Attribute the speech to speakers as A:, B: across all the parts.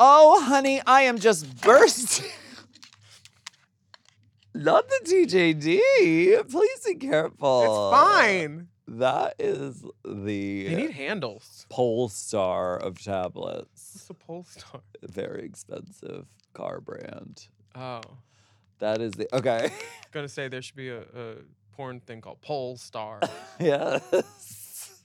A: Oh, honey, I am just bursting. Not the DJD. Please be careful.
B: It's fine.
A: That is the
B: They need handles.
A: pole star of tablets.
B: It's a pole star.
A: Very expensive car brand.
B: Oh,
A: That is the okay.
B: gonna say there should be a, a porn thing called pole star.
A: yes.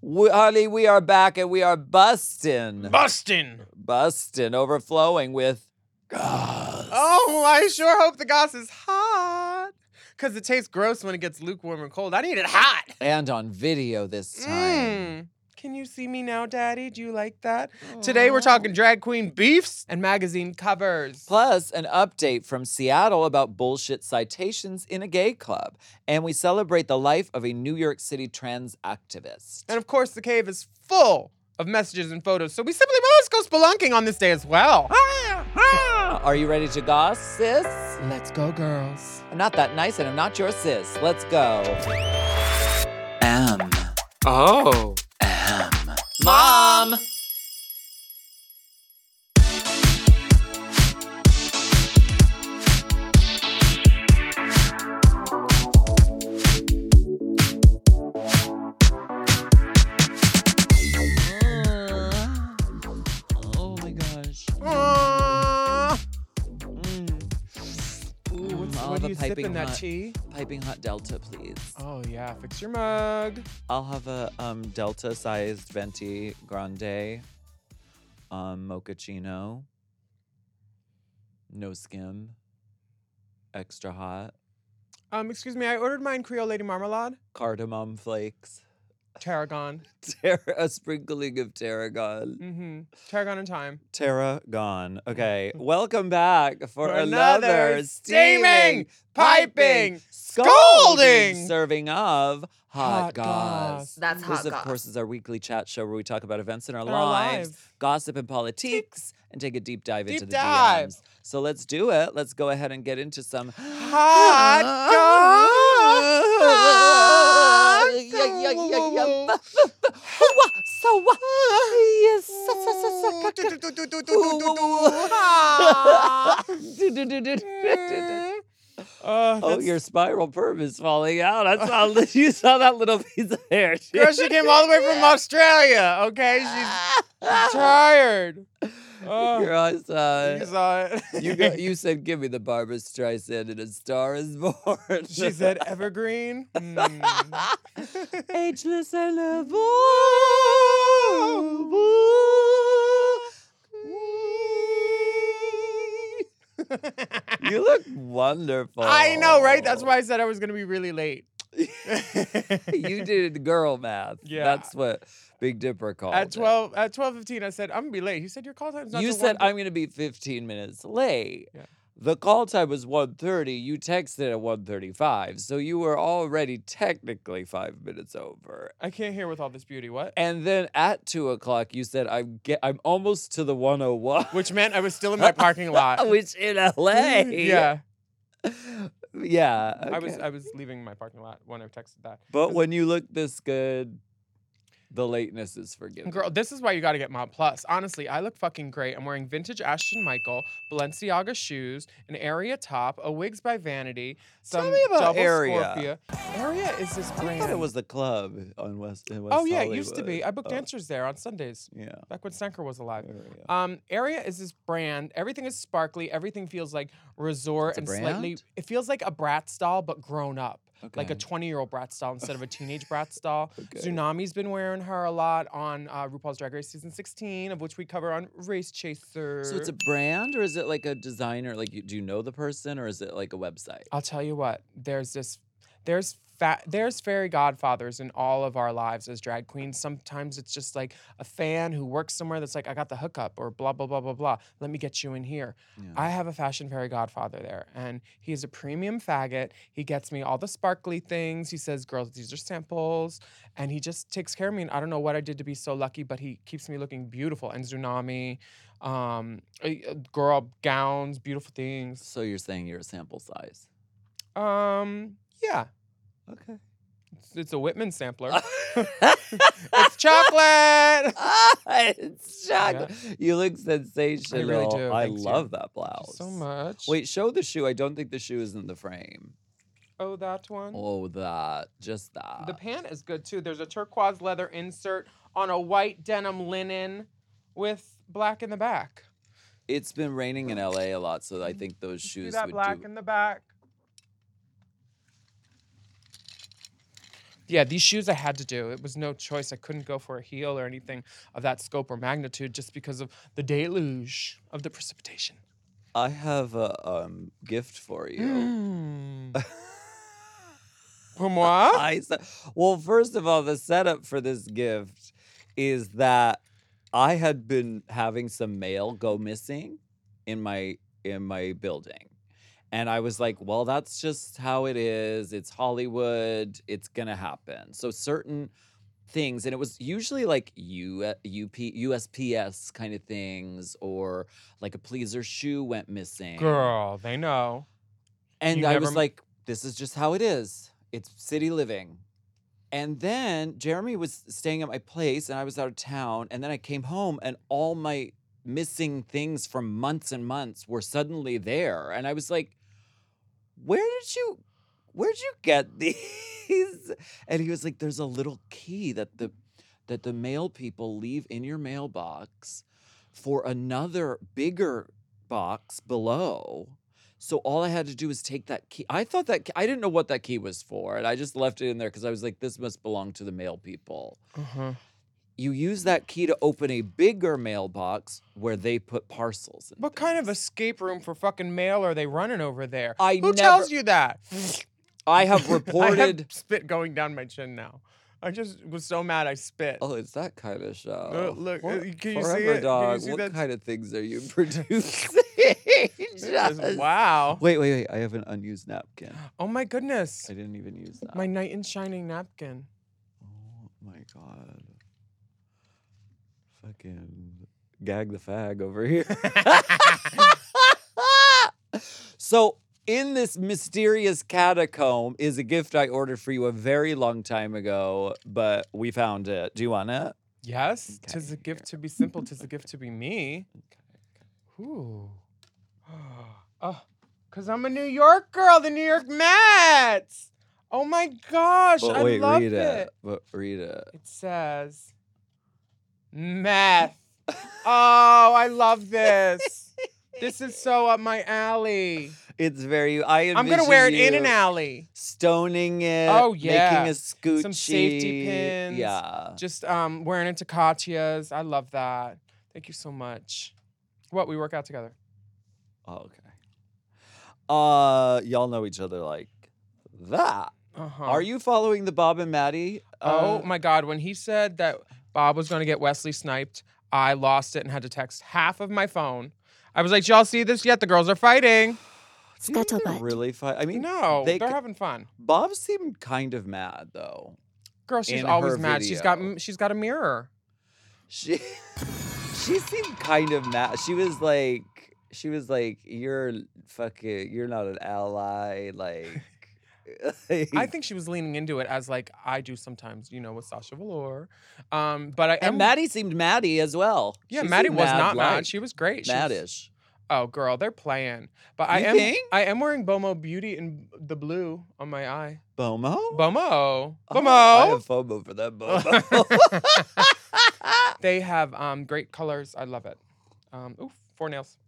A: we, honey, we are back and we are bustin'.
B: Bustin.
A: bustin', overflowing with goss.
B: Oh, I sure hope the goss is hot. Cause it tastes gross when it gets lukewarm and cold. I need it hot.
A: And on video this time.
B: Mm. Can you see me now, Daddy? Do you like that? Today we're talking drag queen beefs and magazine covers.
A: Plus, an update from Seattle about bullshit citations in a gay club. And we celebrate the life of a New York City trans activist.
B: And of course, the cave is full of messages and photos, so we simply must go spelunking on this day as well.
A: Are you ready to goss, sis?
B: Let's go, girls.
A: I'm not that nice and I'm not your sis. Let's go. M.
B: Oh.
A: M. Mom! Oh my gosh.
B: Uh, Ooh, what's,
A: Mm, I'll have
B: what are
A: a
B: you
A: piping
B: sipping that
A: hot-
B: tea?
A: Piping hot Delta, please.
B: Oh yeah, fix your mug.
A: I'll have a um, Delta sized venti grande um, mochaccino. No skim. Extra hot.
B: Um, excuse me, I ordered mine Creole Lady Marmalade,
A: Cardamom flakes.
B: tarragon.
A: Ter- a sprinkling of tarragon.
B: Mm-hmm. Tarragon and thyme.
A: Tarragon. Okay. Welcome back for,
B: For
A: another,
B: another
A: steaming,
B: steaming,
A: piping,
B: piping,
A: scalding
B: scalding
A: serving of hot,
B: hot
A: goss.
B: goss.
C: That's
A: This,
C: hot
A: of
C: goss.
A: course, is our weekly chat show where we talk about events in our,
B: They're alive.
A: lives, gossip and politics, and take a deep dive into
B: Deep
A: the
B: dive.
A: DMs. So let's do it. Let's go ahead and get into some
B: Hot goss.
A: Yeah, yeah, yeah, yeah. Hoo-wah, So what? Yes, so, so, so, so, ca- ca-
B: Mm.
A: Ooh.
B: Uh,
A: Oh,
B: that's-
A: your spiral perm is falling out. I saw you saw that little piece of hair.
B: girl, she came all the way from Australia. Okay, she's tired.
A: Your
B: Oh,
A: eyes,
B: you
A: uh,
B: saw it.
A: you go, you said, "Give me the Barbara Streisand and a Star Is Born."
B: she said evergreen. Mm.
A: "Ageless and unavoidable." You look wonderful.
B: I know, right?
A: Oh.
B: That's why I said I was gonna be really late.
A: you did girl math.
B: Yeah.
A: That's what Big Dipper called.
B: At
A: it.
B: twelve, at twelve fifteen, I said I'm gonna be late. He said your call time's not.
A: you
B: till
A: said
B: 1:30."
A: I'm going to be 15 minutes late.
B: Yeah.
A: The call time was 1:30. You texted at 1:35, so you were already technically five minutes over.
B: I can't hear with all this beauty. What?
A: And then at two o'clock, you said I'm get, I'm almost to the 101,
B: Which meant I was still in my parking lot. Mm,
A: which in LA,
B: yeah,
A: yeah.
B: I was
A: okay.
B: I was leaving my parking lot when I texted that.
A: but when you look this good, The lateness is forgiven.
B: Girl, this is why you gotta get Mod Plus. Honestly, I look fucking great. I'm wearing vintage Ashton Michael, Balenciaga shoes, an Area top, a Wigs by Vanity, some
A: Tell me about
B: double
A: Aria.
B: Scorpia. Area is this
A: I
B: brand.
A: thought it was the club on West. In West
B: oh yeah, it used to be.
A: Hollywood.
B: I booked
A: Oh,
B: dancers there on Sundays
A: Yeah.
B: back when Snecker was alive.
A: Aria.
B: Um, Area is this brand. Everything is sparkly. Everything feels like
A: It's
B: resort
A: a
B: and slightly.
A: brand?
B: It feels like a Bratz doll, but grown up. Like a
A: Okay.
B: 20 year old Bratz doll instead of a teenage Bratz doll.
A: Okay.
B: Tsunami's been wearing her a lot on uh, RuPaul's Drag Race season 16, of which we cover on Race Chaser.
A: So it's a brand, or is it like a designer? Like, you, do you know the person, or is it like a website?
B: I'll tell you what. There's this. There's fat. There's fairy godfathers in all of our lives as drag queens. Sometimes it's just like a fan who works somewhere that's like, I got the hookup, or blah blah blah blah blah. Let me get you in here.
A: Yeah.
B: I have a fashion fairy godfather there, and he is a premium faggot. He gets me all the sparkly things. He says, "Girls, these are samples," and he just takes care of me. And I don't know what I did to be so lucky, but he keeps me looking beautiful. And tsunami, um, eh, eh, girl gowns, beautiful things.
A: So you're saying you're a sample size?
B: Um, yeah.
A: Okay.
B: It's- It's a Whitman sampler. it's chocolate.
A: it's chocolate. You look sensational.
B: do.
A: I
B: Thanks, dear.
A: love that
B: Thank you
A: blouse.
B: so much.
A: Wait, show the shoe. I don't think the shoe is in the frame.
B: Oh, that one.
A: Oh, that. Just that.
B: The pant is good too. There's a turquoise leather insert on a white denim linen with black in the back.
A: it's been raining in LA a lot, so I think those
B: See
A: shoes
B: that
A: would
B: black
A: do.
B: in the back. Yeah, these shoes I had to do. It was no choice. I couldn't go for a heel or anything of that scope or magnitude just because of the deluge of the precipitation.
A: I have a um, gift for you.
B: Mm. Pour moi?
A: Hmm. I said, well, first of all, the setup for this gift is that I had been having some mail go missing in my in my building. And I was like, well, that's just how it is. It's Hollywood. It's going to happen. So certain things and it was usually like U- UP, USPS kind of things or like a pleaser shoe went missing.
B: Girl, they know.
A: And
B: You
A: I
B: never
A: was
B: m-
A: like, this is just how it is. It's city living. And then Jeremy was staying at my place and I was out of town. And then I came home and all my missing things from months and months were suddenly there. And I was like, where did you where did you get these? And he was like, there's a little key that the that the mail people leave in your mailbox for another bigger box below. So all I had to do was take that key. I thought that key, I didn't know what that key was for, and I just left it in there because I was like, this must belong to the mail people.
B: Uh-huh.
A: You use that key to open a bigger mailbox where they put parcels. and
B: What kind of
A: things.
B: escape room for fucking mail are they running over there?
A: I
B: Who
A: never-
B: tells you that?
A: I have
B: I
A: reported.
B: have spit going down my chin now. I just was so mad I spit.
A: Oh, it's that kind of show.
B: look, uh,
A: For-
B: can you see
A: Forever
B: it? Can you
A: Dog.
B: see
A: what
B: that?
A: kind of things are you producing?
B: Just-
A: Just-
B: wow.
A: Wait, wait, wait! I have an unused napkin.
B: Oh my goodness.
A: I didn't even use that.
B: My knight in shining napkin.
A: Oh my god. Fucking gag the fag over here. so, in this mysterious catacomb is a gift I ordered for you a very long time ago, but we found it. Do you want it?
B: Yes,
A: Okay,
B: tis a
A: here.
B: gift to be simple, tis a gift to be me. Ooh. Oh, because I'm a New York girl, the New York Mets. Oh my gosh, I
A: But wait,
B: love
A: read it.
B: it.
A: But read it.
B: It says meth. oh, I love this. this is so up my alley.
A: It's very. I
B: I'm gonna wear it
A: envision
B: in an
A: you
B: alley.
A: Stoning it.
B: Oh, yeah.
A: Making a scoochie.
B: Some safety pins.
A: Yeah.
B: Just um wearing it to Katya's. I love that. Thank you so much. What we work out together.
A: Oh, okay. Uh, y'all know each other like that.
B: Uh-huh.
A: Are you following the Bob and Maddie?
B: Oh
A: uh,
B: my God! When he said that Bob was going to get Wesley sniped, I lost it and had to text half of my phone. I was like, "Did "Y'all see this yet? The girls are fighting."
A: do you think they're
D: Scuttlebutt.
A: Really fun. I mean,
B: No,
A: they
B: they are
A: c-
B: having fun.
A: Bob seemed kind of mad though.
B: Girl, she's
A: in
B: always
A: her
B: mad. She's got
A: video.
B: m- she's got a mirror.
A: She, she seemed kind of mad. She was like, she was like, you're fucking, you're not an ally. Like,
B: I think she was leaning into it as like I do sometimes, you know, with Sasha Velour. Um, but I am
A: and Maddie seemed Maddie as well.
B: Yeah,
A: She
B: Maddie
A: seemed
B: was not mad.
A: mad-like,
B: She was great. She was-
A: Maddish.
B: oh, girl, they're playing. But I
A: You
B: am
A: think?
B: I am wearing Bomo Beauty in the blue on my eye.
A: Bomo?
B: Bomo.
A: Oh, I
B: Bomo.
A: have FOMO for that Bomo.
B: they have um, great colors. I love it. Um, ooh, four nails.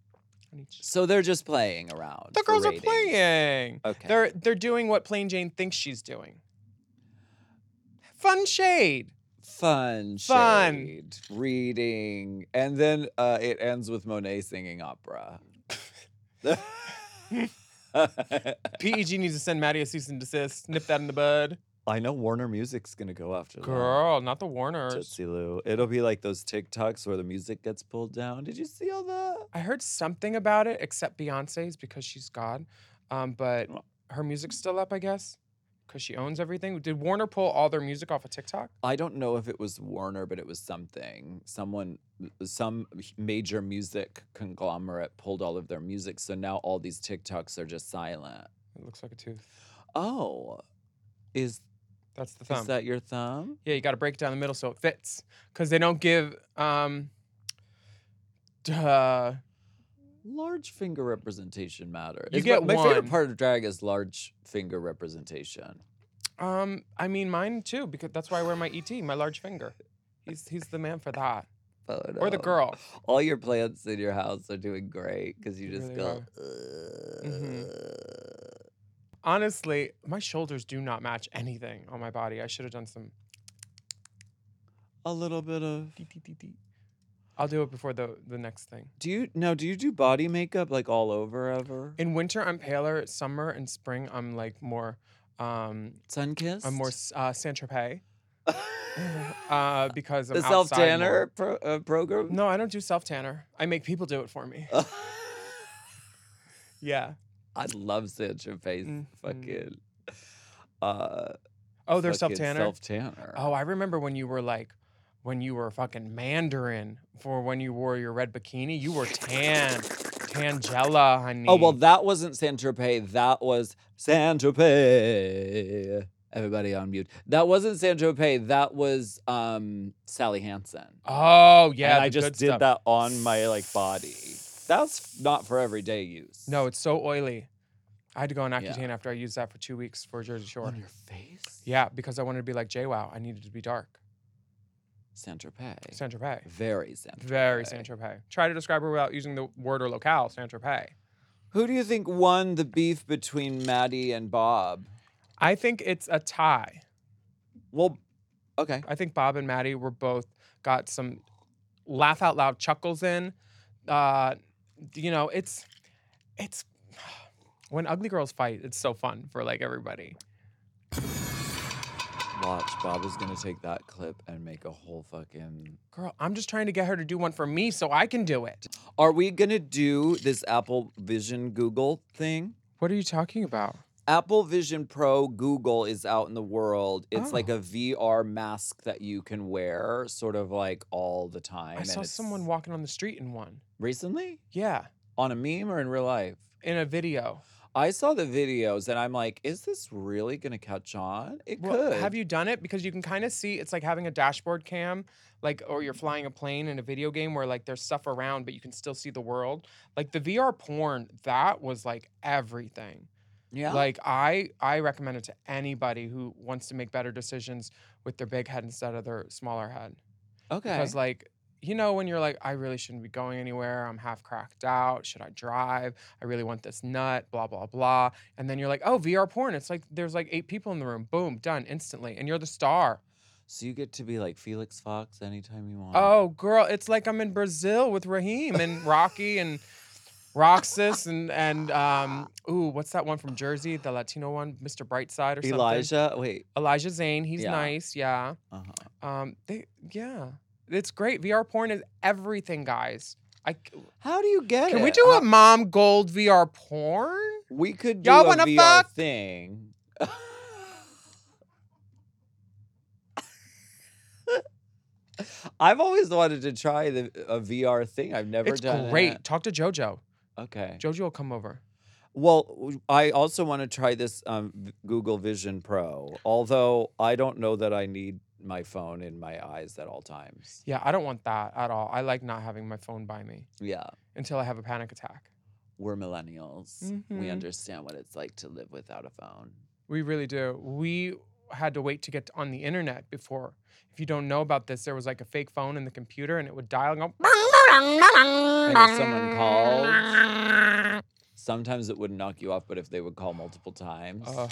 B: on each.
A: so they're just playing around.
B: The
A: for
B: girls are
A: ratings.
B: playing.
A: Okay.
B: They're they're doing what Plain Jane thinks she's doing. Fun shade.
A: fun,
B: Fun.
A: shade, reading, and then uh, it ends with Monet singing opera.
B: PEG E needs to send Maddie a cease and desist. Nip that in the bud.
A: I know Warner Music's gonna go after that.
B: Girl, not the Warners.
A: Tootsie Lou. It'll be like those TikToks where the music gets pulled down. Did you see all that?
B: I heard something about it, except Beyonce's because she's God. Um, but her music's still up, I guess, because she owns everything. Did Warner pull all their music off of TikTok?
A: I don't know if it was Warner, but it was something. Someone, uh, some major music conglomerate pulled all of their music. So now all these TikToks are just silent.
B: It looks like a tooth.
A: Oh, is,
B: That's the thumb.
A: is that your thumb?
B: Yeah, you got to break it down the middle so it fits because they don't give um, uh,
A: Large finger representation matters.
B: You
A: It's my-
B: get
A: my, favorite
B: one.
A: part of drag is large finger representation.
B: um. I mean, mine too because that's why I wear my ET, my large finger. He's he's the man for that or the
A: Photo.
B: girl.
A: All your plants in your house are doing great because you
B: They
A: just
B: really Mm-hmm.
A: go. Mm-hmm. "Ugh."
B: Honestly, my shoulders do not match anything on my body. I should have done some.
A: A little bit of.
B: dee, dee, dee, dee. I'll do it before the the next thing.
A: Do you no? Do you do body makeup like all over ever?
B: In winter, I'm paler. Summer and spring, I'm like more. Um,
A: Sun kiss.
B: I'm more s- uh, Saint Tropez uh, because I'm
A: the
B: outside
A: self tanner
B: more.
A: pro, uh, program.
B: No, I don't do self tanner. I make people do it for me. Yeah.
A: I love Sandra Face.
B: Mhm.
A: Fucking. Uh,
B: Oh, they're self tanner.
A: Self tanner.
B: Oh, I remember when you were like, when you were fucking Mandarin for when you wore your red bikini, you were tan, Tangela, honey.
A: Oh well, that wasn't Saint Tropez. That was Saint Tropez. Everybody on mute. That wasn't Saint Tropez. That was um, Sally Hansen.
B: Oh yeah,
A: and I
B: the
A: just
B: good
A: did
B: stuff.
A: that on my like body. That's not for everyday use.
B: No, it's so oily. I had to go on
A: Yeah.
B: Accutane after I used that for two weeks for Jersey Shore.
A: on your face.
B: Yeah, because I wanted to be like Jay Wow. I needed to be dark.
A: Saint Tropez.
B: Saint Tropez.
A: Very Saint.
B: Very
A: Tropez.
B: Saint Tropez. Try to describe her without using the word or locale. Saint Tropez.
A: Who do you think won the beef between Maddie and Bob?
B: I think it's a tie.
A: Well, okay.
B: I think Bob and Maddie were both got some laugh out loud chuckles in. Uh, you know, it's it's when ugly girls fight, it's so fun for like everybody.
A: Watch. Bob is gonna take that clip and make a whole fucking
B: Girl, I'm just trying to get her to do one for me so I can do it.
A: Are we gonna do this Apple Vision Google thing?
B: What are you talking about?
A: Apple Vision Pro Google is out in the world. It's like
B: Oh.
A: a VR mask that you can wear sort of like all the time.
B: I saw
A: it's-
B: someone walking on the street in one.
A: recently
B: Yeah,
A: on a meme or in real life.
B: in a video.
A: I saw the videos and I'm like, is this really gonna catch on? It
B: Well,
A: could.
B: Have you done it? Because you can kind of see it's like having a dashboard cam, like or you're flying a plane in a video game where like there's stuff around, but you can still see the world. Like the VR porn, that was like everything.
A: Yeah.
B: Like I I recommend it to anybody who wants to make better decisions with their big head instead of their smaller head.
A: okay.
B: Because like you know when you're like I really shouldn't be going anywhere. I'm half cracked out. Should I drive? I really want this nut. Blah blah blah. And then you're like, oh VR porn. It's like there's like eight people in the room. Boom, done instantly. And you're the star.
A: so you get to be like Felix Fox anytime you want.
B: Oh girl, it's like I'm in Brazil with Raheem and Rocky and Roxas and and um ooh what's that one from Jersey? The Latino one, Mr. Brightside or something.
A: Elijah. Wait.
B: Elijah Zane. He's
A: Yeah.
B: nice. Yeah.
A: Uh-huh.
B: Um. They. Yeah. It's great. VR porn is everything, guys. I. c-
A: How do you get it?
B: Can we do
A: How-
B: a mom gold VR porn?
A: We could do
B: Y'all
A: a
B: wanna
A: VR
B: fuck?
A: thing. I've always wanted to try the a VR thing. I've never
B: it's
A: done
B: great.
A: it.
B: Talk to JoJo.
A: Okay.
B: JoJo will come over.
E: Well, w- I also want to try this um, v- Google Vision Pro, although I don't know that I need my phone in my eyes at all times.
B: Yeah, I don't want that at all. I like not having my phone by me
E: Yeah,
B: until I have a panic attack.
E: we're millennials. We
B: Mhm.
E: understand what it's like to live without a phone.
B: We really do. We had to wait to get on the internet before. If you don't know about this, there was like a fake phone in the computer and it would dial and go.
E: And if someone called, sometimes it would knock you off, but if they would call multiple times,
A: Oh,
B: "Ugh."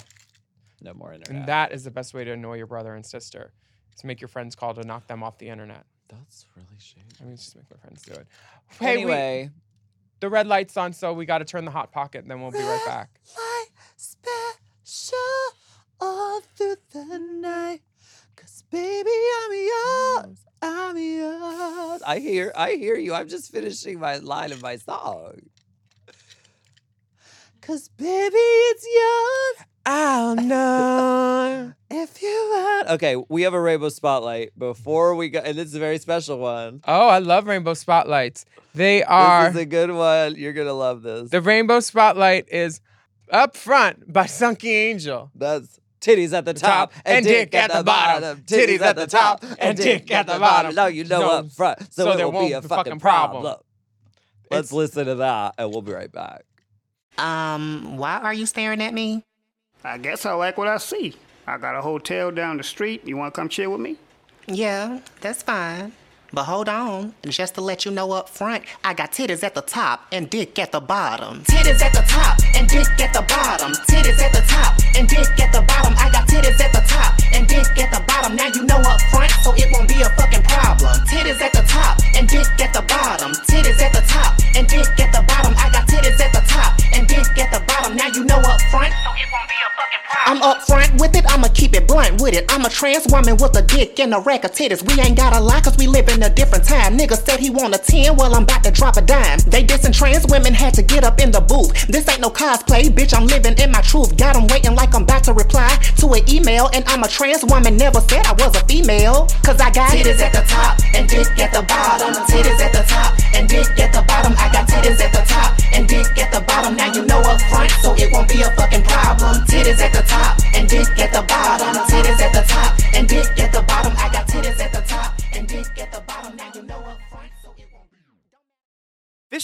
E: no more internet.
B: Uh, and that is the best way to annoy your brother and sister. is To make your friends call to knock them off the internet.
E: That's really shady.
B: I mean, just make my friends do it. Hey, we-
E: Anyway,
B: the red light's on, so we got to turn the hot pocket, and then we'll be right back.
E: Fly special all through the night. Cause baby, I'm yours. I'm yours. I hear, I hear you. I'm just finishing my line of my song. Cause baby, it's yours.
B: I'll know.
E: If you want. Okay, we have a rainbow spotlight before we go, and this is a very special one.
B: Oh, I love rainbow spotlights. They are.
E: This is a good one. You're gonna love this.
B: The Rainbow Spotlight is Up Front by Sunky Angel.
E: That's titties at the top, and dick, at, the bottom. Titties at the top and dick at the bottom. Now you know
B: No,
E: up front, so,
B: so
E: it
B: there
E: will
B: won't
E: be a
B: be
E: fucking
B: fucking
E: problem.
B: problem.
E: Let's
B: It's-
E: listen to that, and we'll be right back.
F: Um, why are you staring at me?
G: I guess I like what I see. I got a hotel down the street. You want to come chill with me?
F: Yeah, that's fine. But hold on, just to let you know up front, I got titties at the top and dick at the bottom. Titties at the top and dick at the bottom. Titties at the top and dick at the bottom. I got titties at the top and dick at the bottom. Now you know up front, so it won't be a fucking problem. Titties at the top and dick at the bottom. Titties at the top and dick at the bottom. I got titties at the top and dick at the bottom. Now you know up front, so it won't be a fucking problem. I'm up front with it, I'ma keep it blunt with it. I'm a trans woman with a dick and a rack of titties. We ain't gotta lie, cause we live in a different time. Niggas said he want a 10, well, I'm about to drop a dime. They dissing trans women, had to get up in the booth. This ain't no cosplay, bitch, I'm living in my truth. Got 'em waiting like I'm about to reply to an email. And I'm a trans woman, never said I was a female. Cause I got titties at the top and dick at the bottom. Titties at the top and dick at the bottom. I got titties at the top and dick at the bottom. Now you know up front, so it won't be a fucking problem. Titties at the top and dick at the bottom. Titties at the top and dick at the bottom. I got titties at the top and dick at the bottom. Now you know up front, so it won't be.
B: This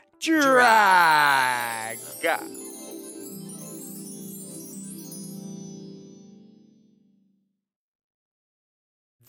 B: drag.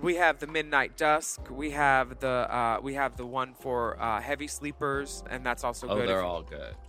B: We have the Midnight Dusk. We have the uh, we have the one for uh, heavy sleepers, and that's also
A: oh,
B: good.
A: they're
B: if,
A: all good.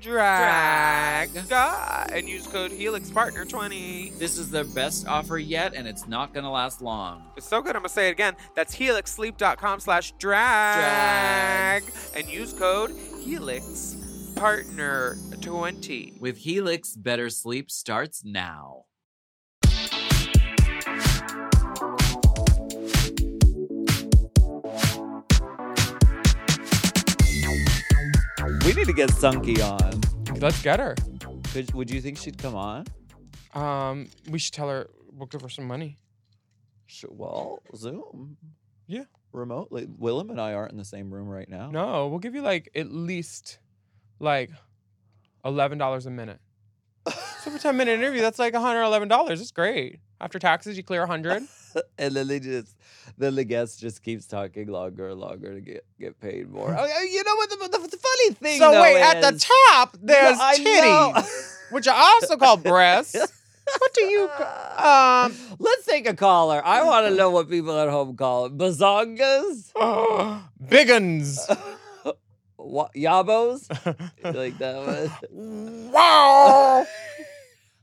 B: drag and use code HelixPartner20.
H: This is their best offer yet, and it's not going to last long.
B: It's so good, I'm gonna say it again. That's helixsleep.com slash drag and use code HelixPartner20.
H: With Helix, better sleep starts now.
A: We need to get Sunky on.
I: Let's get her.
A: Could, would you think she'd come on?
I: Um, we should tell her we'll give her some money.
A: Sh- Well, Zoom.
I: Yeah.
A: Remotely. Willem and I aren't in the same room right now.
I: No, we'll give you like at least like eleven dollars a minute. so for a ten minute interview, that's like hundred eleven dollars. It's great. After taxes, you clear hundred.
A: And then they just, then the guest just keeps talking longer and longer to get, get paid more. Oh, yeah, you know what? The, the, the funny thing.
I: so
A: though,
I: wait, at the
A: is-
I: top there's
A: No, I know.
I: titties, which I also call breasts. what do you? ca- Um,
A: Let's take a caller. I want to know what people at home call it. Bazongas?
I: biggins.
A: Wa- yabos? You like that one?
I: Wow.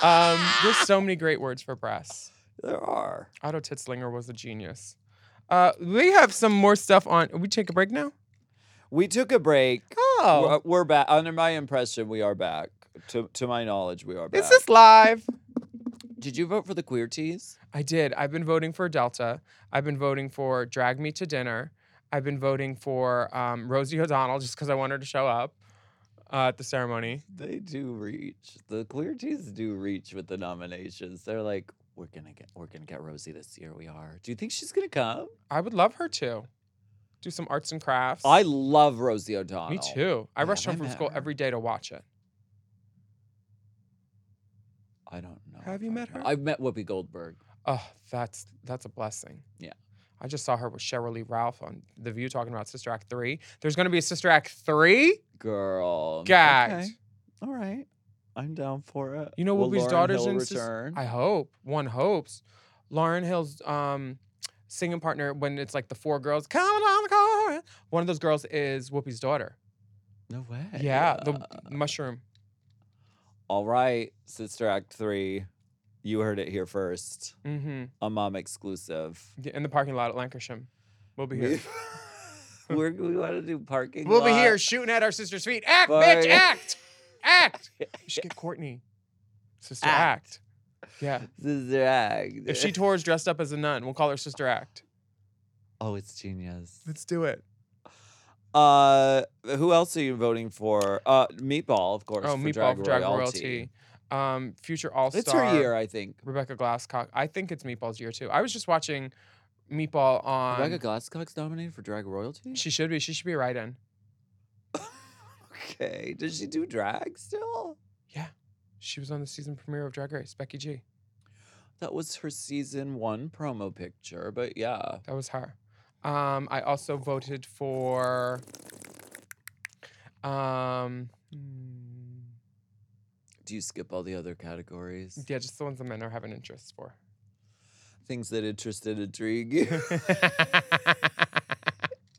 I: um, there's so many great words for breasts.
A: There are.
I: Otto Titzlinger was a genius. Uh, we have some more stuff on. We take a break now.
A: We took a break.
I: Oh,
A: We're, uh, we're back. Under my impression, we are back. To, to my knowledge, we are back.
I: Is this live?
A: Did you vote for the queer teas?
I: I did. I've been voting for Delta. I've been voting for Drag Me to Dinner. I've been voting for um, Rosie O'Donnell just because I want her to show up uh, at the ceremony.
A: They do reach. The queer teas do reach with the nominations. They're like, we're gonna get, we're gonna get Rosie this year. We are. Do you think she's gonna come?
I: I would love her to do some arts and crafts.
A: I love Rosie O'Donnell.
I: me too. I
A: Yeah,
I: rushed
A: I
I: home from
A: met
I: school
A: her.
I: every day to watch it.
A: I don't know.
I: Have
A: if
I: you
A: I
I: met
A: know.
I: her?
A: I've met Whoopi Goldberg.
I: Oh, that's that's a blessing.
A: Yeah.
I: I just saw her with Cheryl Lee Ralph on The View talking about Sister Act three. There's going to be a Sister Act three.
A: Girl.
I: Gagged.
A: Okay. All right. I'm down for it.
I: You know
A: Will
I: Whoopi's
A: Lauryn
I: daughter's
A: Hill
I: in sis-
A: return.
I: I hope. One hopes. Lauren Hill's um, singing partner when it's like the four girls coming on the car. One of those girls is Whoopi's daughter.
A: no way. Uh,
I: Yeah, the mushroom.
A: All right, Sister Act 3. You heard it here first.
I: Mm-hmm.
A: A mom exclusive.
I: Yeah, in the parking lot at Lancashire. We'll be here.
A: We- We're, we want to do parking.
I: We'll be
A: lot.
I: here shooting at our sister's feet. Act,
A: Bye.
I: bitch, act, act. You should get Courtney. Sister
A: Act.
I: Act. Yeah.
A: Sister Act.
I: If she tours dressed up as a nun, we'll call her Sister Act.
A: oh, it's genius.
I: Let's do it.
A: Uh, who else are you voting for? Uh, Meatball, of course.
I: Oh,
A: for
I: meatball for drag
A: Royalty.
I: royalty. Um, future all star.
A: It's her year, I think.
I: Rebecca Glasscock. I think it's Meatball's year too. I was just watching Meatball on.
A: Rebecca Glasscock's nominated for drag royalty.
I: she should be. She should be right in.
A: okay, does she do drag still?
I: Yeah, she was on the season premiere of Drag Race. Becky G.
A: That was her season one promo picture, but yeah.
I: That was her. Um, I also voted for. Um, mm,
A: Do you skip all the other categories?
I: yeah, just the ones the men are having interests for.
A: Things that interest and intrigue you.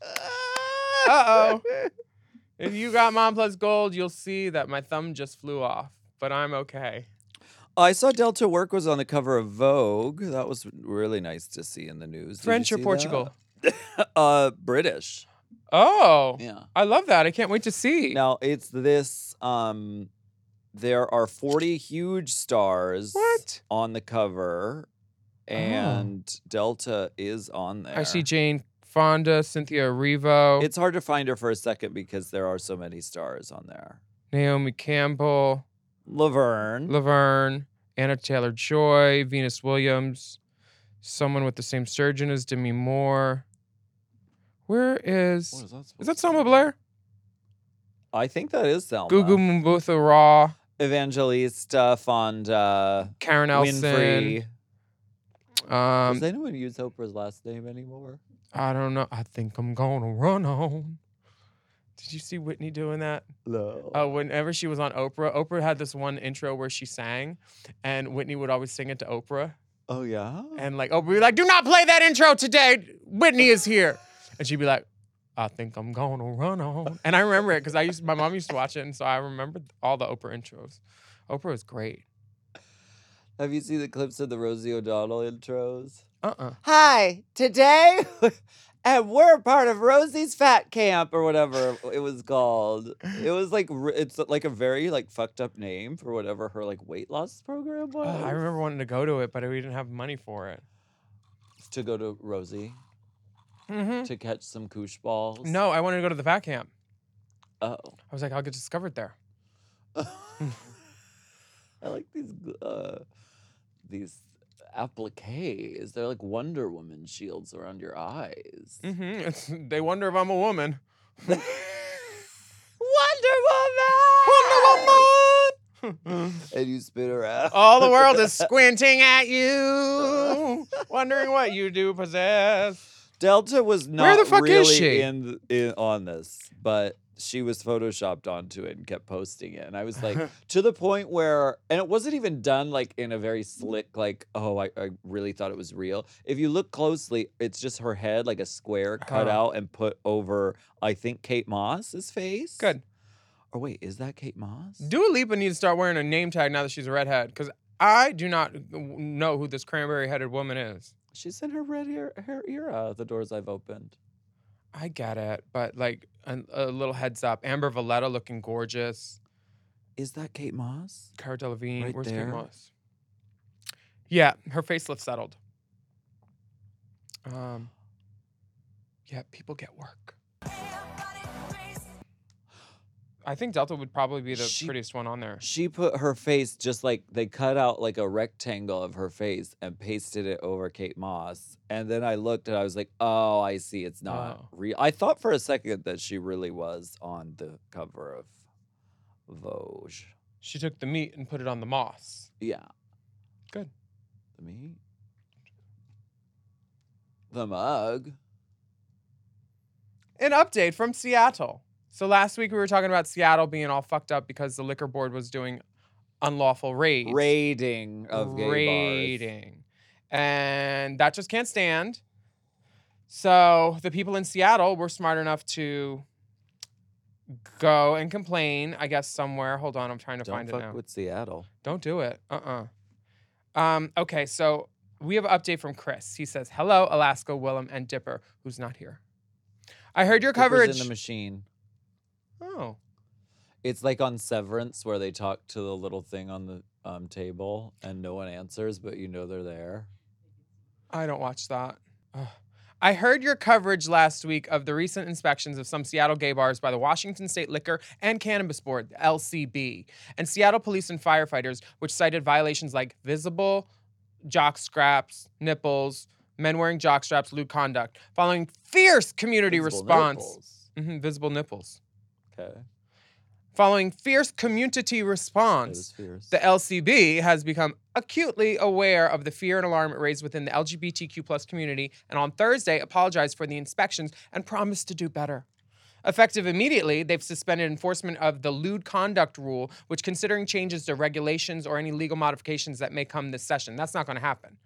I: Uh oh. If you got mom plus gold, you'll see that my thumb just flew off, but I'm okay.
A: I saw Delta Work was on the cover of Vogue. That was really nice to see in the news. Did you
I: French or
A: see
I: Portugal?
A: that? uh, British.
I: Oh,
A: Yeah.
I: I love that. I can't wait to see.
A: Now it's this. Um, there are forty huge stars.
I: What? Oh.
A: on the cover, and Delta is on there.
I: I see Jane Fonda, Cynthia Erivo,
A: It's hard to find her for a second because there are so many stars on there.
I: Naomi Campbell,
A: Laverne.
I: Laverne, Anna Taylor Joy, Venus Williams, someone with the same surgeon as Demi Moore. Where is
A: What
I: is
A: that supposed
I: that
A: to
I: Selma
A: be?
I: Blair?
A: I think that is Selma.
I: Gugu Mbutha Raw.
A: Evangelista Fonda,
I: Karen Elson.
A: Winfrey.
I: Um,
A: Does anyone use Oprah's last name anymore?
I: I don't know. I think I'm gonna run on. Did you see Whitney doing that?
A: No.
I: Oh, whenever she was on Oprah, Oprah had this one intro where she sang, and Whitney would always sing it to Oprah.
A: Oh yeah.
I: And like Oprah would be like, Do not play that intro today. Whitney is here. And she'd be like, I think I'm gonna run on. And I remember it because I used my mom used to watch it, and so I remembered all the Oprah intros. Oprah was great.
A: Have you seen the clips of the Rosie O'Donnell intros?
I: Uh-uh.
A: Hi, today, and we're part of Rosie's Fat Camp or whatever it was called. It was like r- it's like a very like fucked up name for whatever her like weight loss program was.
I: Ugh, Uh, I remember wanting to go to it, but we didn't have money for it.
A: to go to Rosie
I: Mm-hmm.
A: to catch some koosh balls.
I: No, I wanted to go to the fat camp.
A: Oh.
I: I was like, I'll get discovered there.
A: I like these gl- uh, these appliques. They're like Wonder Woman shields around your eyes.
I: Mm-hmm. They wonder if I'm a woman.
A: Wonder Woman. Wonder Woman. and you spin around.
I: All the world is squinting at you, wondering what you do possess.
A: Delta was not
I: the fuck
A: really
I: is she?
A: in, th- in on this, but she was photoshopped onto it and kept posting it. And I was like, to the point where, and it wasn't even done like in a very slick, like, oh, I, I really thought it was real. If you look closely, it's just her head, like a square cut
I: Oh.
A: out and put over, I think, Kate Moss's face.
I: Good.
A: Or wait, is that Kate Moss?
I: Dua Lipa needs to start wearing a name tag now that she's a redhead, because I do not know who this cranberry-headed woman is.
A: She's in her red hair, hair era, the doors I've opened.
I: I get it, but like a, a little heads up: Amber Valletta looking gorgeous,
A: Is that Kate Moss?
I: Cara Delevingne.
A: Right
I: where's
A: there.
I: Kate Moss? Yeah, her facelift settled. Um, yeah, people get work. I think Delta would probably be the
A: She-
I: prettiest one on there.
A: She put her face just like they cut out like a rectangle of her face and pasted it over Kate Moss. And then I looked and I was like, oh, I see. It's not
I: Oh.
A: real. I thought for a second that she really was on the cover of Vogue.
I: She took the meat and put it on the moss.
A: Yeah.
I: Good.
A: The meat. The mug.
I: an update from Seattle. So last week we were talking about Seattle being all fucked up because the liquor board was doing unlawful raids.
A: Raiding of gay bars.
I: raiding. And that just can't stand. So the people in Seattle were smart enough to go and complain, I guess, somewhere. Hold on, I'm trying to
A: Don't
I: find it now.
A: fuck with Seattle.
I: Don't do it. Uh uh Um, okay, so we have an update from Chris. He says, Hello, Alaska, Willem, and Dipper, who's not here. I heard your
A: It was
I: coverage.
A: in the machine.
I: Oh.
A: It's like on Severance where they talk to the little thing on the um, table and no one answers, but you know they're there.
I: I don't watch that. Ugh. I heard your coverage last week of the recent inspections of some Seattle gay bars by the Washington State Liquor and Cannabis Board, the LCB, and Seattle police and firefighters, which cited violations like visible jock straps, nipples, men wearing jock straps, lewd conduct, following fierce community
A: Visible
I: response.
A: nipples.
I: Mhm, visible nipples.
A: Okay.
I: Following fierce community
A: It was
I: response.
A: fierce.
I: The LCB has become acutely aware of the fear and alarm it raised within the LGBTQ plus community, and on Thursday apologized for the inspections and promised to do better. Effective immediately, they've suspended enforcement of the lewd conduct rule, which considering changes to regulations or any legal modifications that may come this session. That's not going to happen.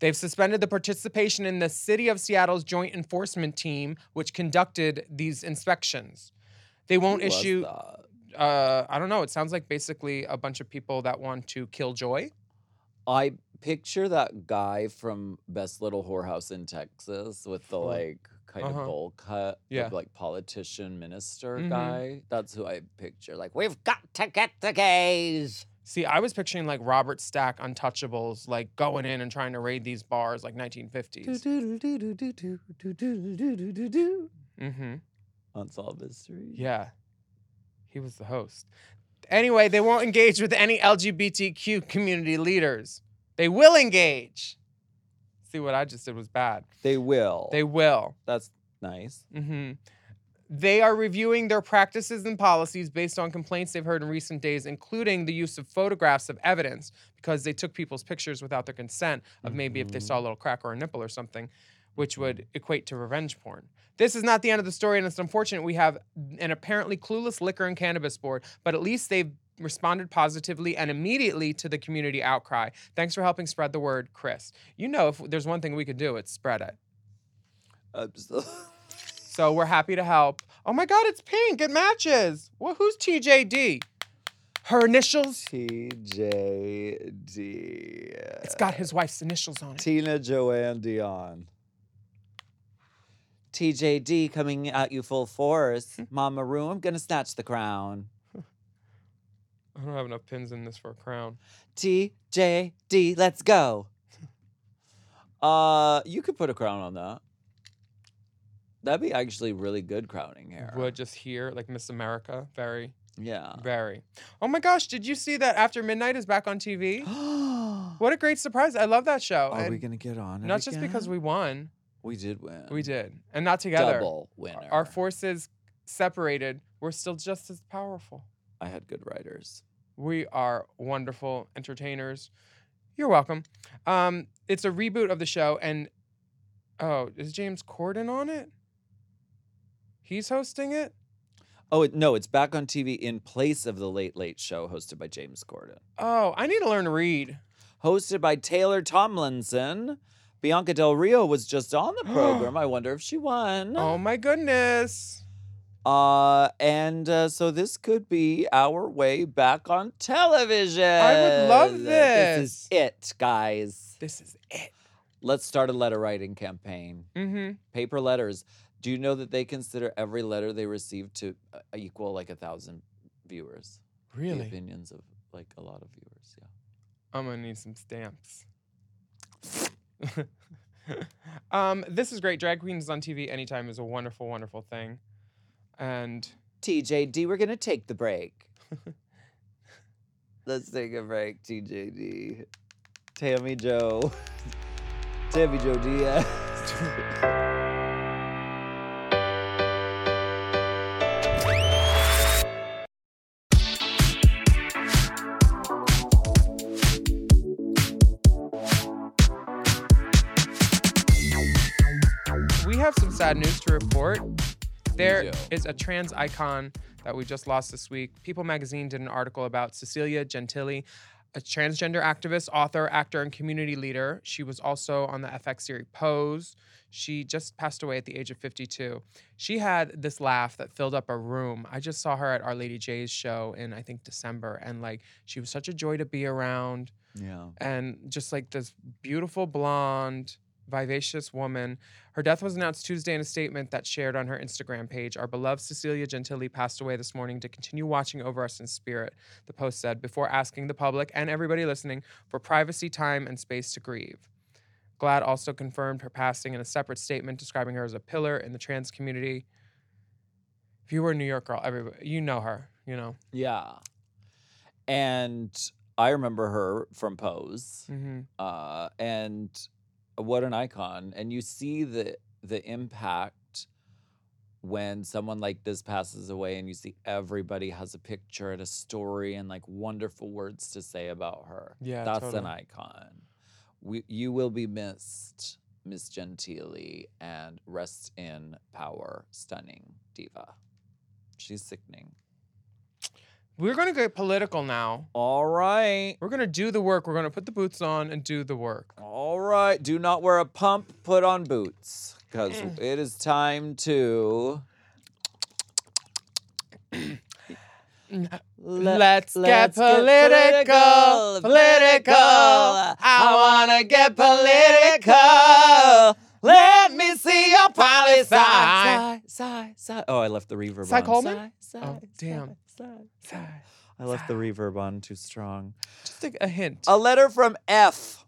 I: They've suspended the participation in the City of Seattle's joint enforcement team, which conducted these inspections. They won't
A: Who was
I: issue
A: that?
I: uh, I don't know. It sounds like basically a bunch of people that want to kill Joy.
A: I picture that guy from Best Little Whorehouse in Texas with the like kind
I: Uh-huh.
A: of bowl cut, the,
I: Yeah.
A: like politician minister
I: Mhm.
A: guy. That's who I picture. Like, we've got to get the gays.
I: See, I was picturing like Robert Stack, Untouchables, like going in and trying to raid these bars like 1950s. Mm-hmm.
A: Unsolved mystery.
I: Yeah. He was the host. Anyway, they won't engage with any LGBTQ community leaders. They will engage. See, what I just did was bad.
A: They will.
I: They will.
A: That's nice.
I: Mm-hmm. They are reviewing their practices and policies based on complaints they've heard in recent days, including the use of photographs of evidence because they took people's pictures without their consent of maybe if they saw a little crack or a nipple or something, which would equate to revenge porn. This is not the end of the story, and it's unfortunate we have an apparently clueless liquor and cannabis board, but at least they've responded positively and immediately to the community outcry. Thanks for helping spread the word, Chris. You know, if there's one thing we could do, it's spread it. So we're happy to help. Oh my God, it's pink. It matches. Well, who's TJD? Her initials.
A: TJD.
I: It's got his wife's initials on it.
A: Tina Joanne Dion. TJD coming at you full force.
I: Hmm.
A: Mama Roo, I'm gonna snatch the crown.
I: I don't have enough pins in this for a crown.
A: TJD, let's go. Uh, you could put a crown on that. That'd be actually really good crowning hair.
I: Would just here, like Miss America, very,
A: Yeah.
I: very. Oh my gosh, did you see that After Midnight is back on TV? what a great surprise. I love that show.
A: Are we
I: and
A: gonna get on? it
I: not just because
A: again?
I: we won,
A: we did win.
I: we did. And not together.
A: Double winner.
I: Our forces separated, we're still just as powerful.
A: I had good writers.
I: We are wonderful entertainers. You're welcome. Um, it's a reboot of the show, and oh, is James Corden on it? He's hosting it.
A: Oh it, no, it's back on TV in place of the Late Late Show hosted by James Corden.
I: Oh, I need to learn to read.
A: hosted by Taylor Tomlinson. Bianca Del Rio was just on the program. I wonder if she won.
I: Oh my goodness.
A: Uh, and uh, so this could be our way back on television.
I: would love
A: This is
I: this.
A: it, guys.
I: This is it.
A: Let's start a letter writing campaign.
I: Mm-hmm.
A: Paper letters. Do you know that they consider every letter they receive to uh, equal like a thousand viewers? The
I: Really?
A: opinions of like a lot of viewers. Yeah.
I: I'm gonna need some stamps. um, this is great. Drag Queens on TV anytime is a wonderful, wonderful thing. And
A: TJD, we're gonna take the break. Let's take a break, TJD. Tammy Joe. Tammy Joe Diaz.
I: We have some sad news to report. There
A: do.
I: is a trans icon that we just lost this week. People magazine did an article about Cecilia Gentili, a transgender activist, author, actor, and community leader. She was also on the FX series Pose. She just passed away at the age of 52. She had this laugh that filled up a room. I just saw her at Our Lady J's show in, I think, December. And like, she was such a joy to be around
A: Yeah.
I: and just like this beautiful blonde vivacious woman her death was announced tuesday in a statement that's shared on her instagram page our beloved cecilia gentili passed away this morning to continue watching over us in spirit the post said before asking the public and everybody listening for privacy time and space to grieve glad also confirmed her passing in a separate statement describing her as a pillar in the trans community if you were a new york girl everybody you know her you know
A: Yeah. And I remember her from Pose.
I: mm-hmm.
A: Uh, and what an icon. And you see the the impact when someone like this passes away and you see everybody has a picture and a story and like wonderful words to say about her.
I: Yeah,
A: That's an
I: totally.
A: icon. We, you will be missed, Miss Gentili, and rest in power, stunning diva. She's sickening.
I: we're gonna get political now
A: All right.
I: We're gonna do the work. We're gonna put the boots on and do the work.
A: All right. Do not wear a pump. Put on boots because
I: Eh.
A: it is time to.
I: Let's, get, political, political. I
A: wanna get political. Let me see your poli
I: sci.
A: Sigh, sigh. Oh, I left the reverb
I: Cy
A: on.
I: Coleman?
A: Sigh, sigh,
I: Oh, damn.
A: sigh, sigh.
I: want
A: I left the reverb on too strong.
I: just a, a hint.
A: A letter from F.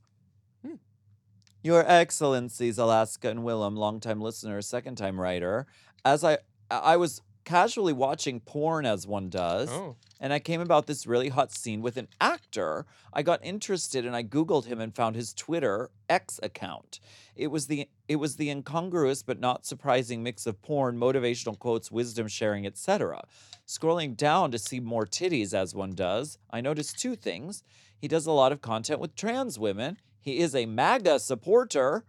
A: Your Excellencies, Alaska and Willem, longtime listener, second time writer. As I I was casually watching porn as one does.
I: Oh.
A: And I came about this really hot scene with an actor. I got interested and I Googled him and found his Twitter X account. It was the it was the incongruous but not surprising mix of porn, motivational quotes, wisdom sharing, etc. Scrolling down to see more titties as one does, I noticed two things. He does a lot of content with trans women. He is a MAGA supporter.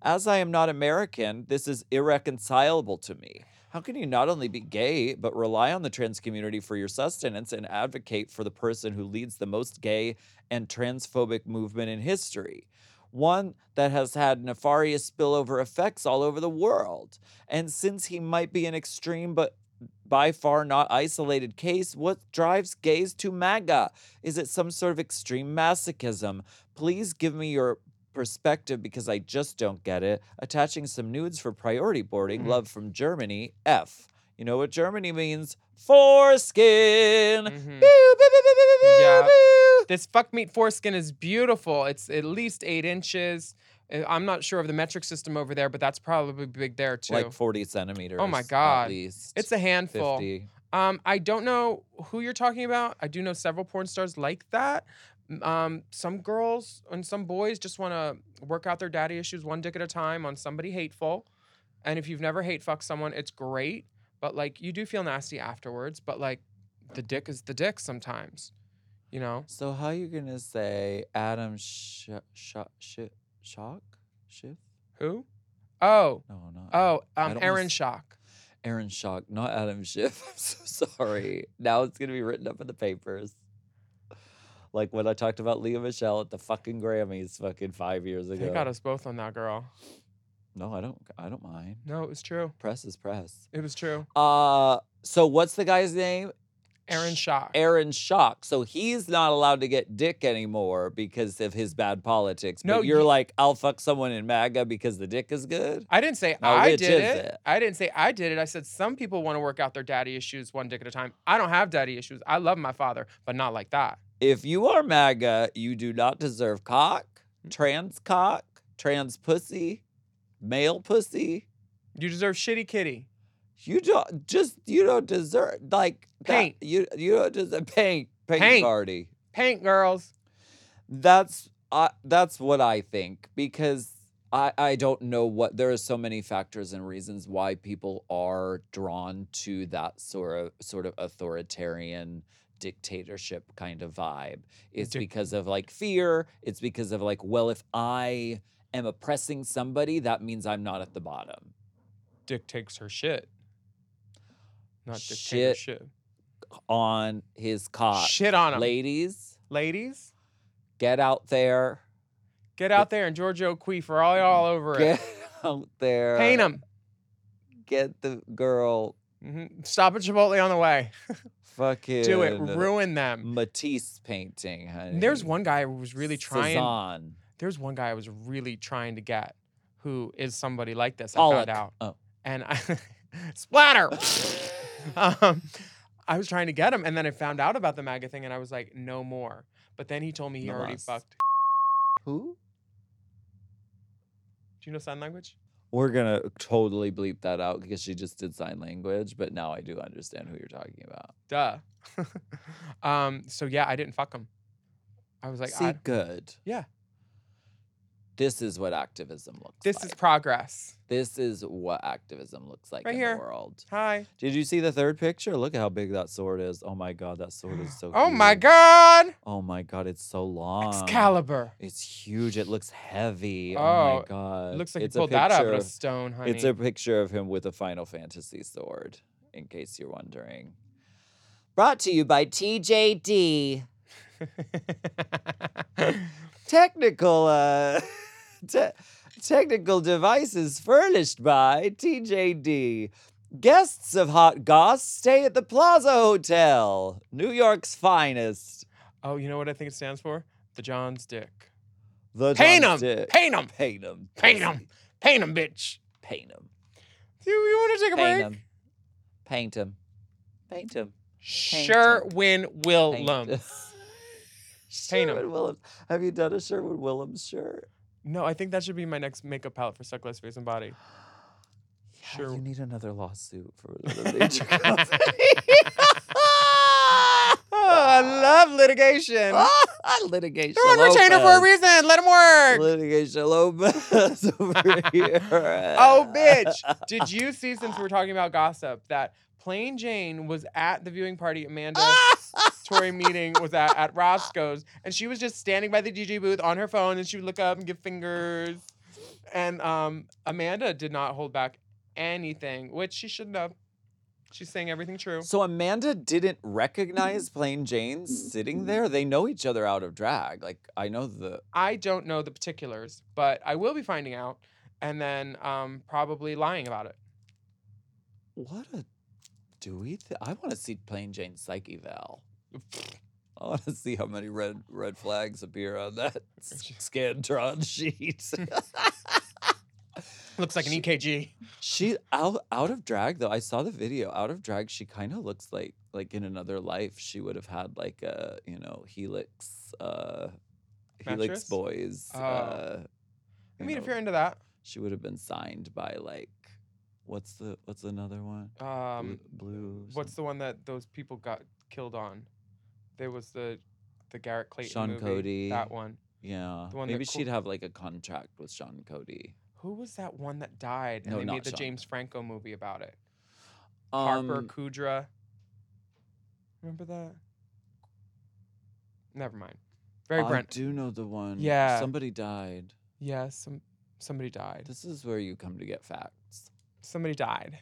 A: As I am not American, this is irreconcilable to me. How can you not only be gay, but rely on the trans community for your sustenance and advocate for the person who leads the most gay and transphobic movement in history? One that has had nefarious spillover effects all over the world. And since he might be an extreme but by far not isolated case, what drives gays to MAGA? Is it some sort of extreme masochism? Please give me your perspective because I just don't get it. Attaching some nudes for priority boarding.
I: Mm-hmm.
A: Love from Germany. F. You know what Germany means? Foreskin. Pew,
I: Mhm.
A: pew, pew, pew, pew, pew,
I: Yeah.
A: pew.
I: This fuck meat foreskin is beautiful. It's at least eight inches. Uh, I'm not sure of the metric system over there, but that's probably big there too.
A: Like 40 centimeters.
I: Oh my
A: At
I: God.
A: least.
I: it's a handful.
A: 50.
I: Um, I don't know who you're talking about. I do know several porn stars like that. M- Um, some girls and some boys just want to work out their daddy issues one dick at a time on somebody hateful. And if you've never hate fucked someone, it's great. But like, you do feel nasty afterwards. But like, the dick is the dick sometimes, you know.
A: So how you going to say Adam Sh- Sh- Sh- Shock? Schiff?
I: Who? Oh,
A: No, not.
I: oh,
A: I
I: um,
A: don't wanna
I: Aaron
A: s-
I: Shock.
A: Aaron Shock, not Adam Schiff. I'm so sorry. Now it's going to be written up in the papers. Like when I talked about Leah Michelle at the fucking Grammys fucking five years ago.
I: They got us both on that girl.
A: No, I don't I don't mind.
I: No, it was true.
A: Press is press.
I: It was true.
A: Uh so what's the guy's name?
I: Aaron Shock.
A: Aaron Shock. So he's not allowed to get dick anymore because of his bad politics.
I: No,
A: but you're
I: ye-
A: like, I'll fuck someone in MAGA because the dick is good.
I: I didn't say
A: Now,
I: I
A: Oh, which
I: did
A: is
I: it.
A: it?
I: I didn't say I did it. I said some people want to work out their daddy issues one dick at a time. I don't have daddy issues. I love my father, but not like that.
A: If you are MAGA, you do not deserve cock,
I: Mm.
A: trans cock, trans pussy, male pussy.
I: You deserve shitty kitty.
A: You don't just you don't deserve like that-
I: Paint.
A: you you don't deserve paint paint,
I: Paint.
A: party.
I: Paint girls.
A: That's uh, that's what I think because I I don't know what there are so many factors and reasons why people are drawn to that sort of sort of authoritarian dictatorship kind of vibe. It's
I: Dic-
A: because of like fear, it's because of like well if I am oppressing somebody that means I'm not at the bottom.
I: Dick takes her shit. Not dick
A: Shit.
I: takes her shit.
A: On his cock.
I: Shit on 'em.
A: Ladies,
I: Ladies,
A: get out there.
I: get out there and Giorgio Queef are all, all over
A: Get
I: it.
A: out there.
I: Paint them.
A: Get the girl
I: Stop at Chipotle on the way.
A: fucking
I: Do it. Ruin them.
A: Matisse painting, honey.
I: There's one guy who was really trying.
A: Cezanne.
I: there's one guy I was really trying to get who is somebody like this. I
A: Pollock.
I: found out.
A: Oh.
I: And I splatter. um, I was trying to get him, and then I found out about the MAGA thing, and I was like, no more. But then he told me he
A: No
I: already
A: mas.
I: fucked.
A: Who?
I: Do you know sign language?
A: We're gonna totally bleep that out because she just did sign language, but now I do understand who you're talking about.
I: Duh. um, so yeah, I didn't fuck him. I was like,
A: See,
I: I,
A: good.
I: yeah,
A: This is what activism looks
I: this
A: like.
I: is progress.
A: this is what activism looks like
I: Right
A: in
I: here.
A: the world.
I: Hi.
A: Did you see the third picture? Look at how big that sword is. Oh my god, that sword is so
I: oh my
A: huge.
I: God.
A: Oh my god, it's so long.
I: Excalibur.
A: It's huge. It looks heavy. Oh,
I: Oh,
A: my god.
I: Looks like
A: it's
I: he
A: a
I: pulled that out of a
A: picture-
I: stone, honey.
A: It's a picture of him with a Final Fantasy sword, in case you're wondering. Brought to you by TJD. Technical uh te- technical devices furnished by TJD. Guests of Hot Goss stay at the Plaza Hotel, New York's finest.
I: Oh, you know what I think it stands for? The John's Dick.
A: The
I: Paint
A: John's
I: 'em!
A: Dick.
I: Paint 'em!
A: Paint 'em.
I: Paint 'em! Paint 'em, bitch.
A: Paint 'em.
I: Do you want to take a
A: Paint
I: break?
A: 'em. Paint 'em. Paint 'em.
I: Sherwin Willem. Paint 'em.
A: Sherwin Willems. Have you done a Sherwin Willems shirt?
I: No, I think that should be my next makeup palette for Suck Less Face and Body.
A: Yes.
I: Sure.
A: You need another lawsuit for the major company. Oh,
I: I love litigation.
A: litigation.
I: They're on retainer for a
A: Lopez.
I: reason. Let them work.
A: Litigation Lopez over here.
I: oh, bitch. Did you see, since we were talking about gossip, that Plain Jane was at the viewing party Amanda Tory meeting was at, at Roscoe's, and she was just standing by the DJ booth on her phone, and she would look up and give fingers. And um, Amanda did not hold back anything, which she shouldn't have. She's saying everything true.
A: So Amanda didn't recognize Plain Jane sitting there. They know each other out of drag. Like I know the
I: I don't know the particulars, but I will be finding out, and then um, probably lying about it.
A: what a do we? Th- I want to see Plain Jane's psyche eval. I want to see how many red red flags appear on that scantron sheet.
I: Looks like an E EKG.
A: She out out of drag though. I saw the video. Out of drag, she kind of looks like like in another life she would have had like a you know Helix, uh, Helix
I: Mattress?
A: Boys.
I: Oh.
A: Uh,
I: I
A: you
I: mean, if
A: know,
I: you're into that,
A: she would have been signed by like, what's the what's another one?
I: um,
A: Blue.
I: what's the one that those people got killed on? There was the the Garrett Clayton
A: Sean
I: movie.
A: Cody.
I: That one.
A: yeah?
I: the one that
A: Maybe
I: co-
A: she'd have like a contract with Sean Cody.
I: Who was that one that died? And
A: No,
I: they
A: not
I: made the
A: Sean.
I: James Franco movie about it. Harper
A: Um,
I: Kudra. Remember that? Never mind. Very
A: I
I: Brent.
A: do know the one.
I: Yeah.
A: Somebody died.
I: Yeah, some somebody died.
A: This is where you come to get facts.
I: Somebody died.